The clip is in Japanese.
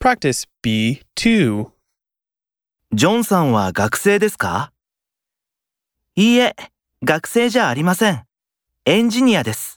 Practice B2. ジョンさんは学生ですかいいえ、学生じゃありません。エンジニアです。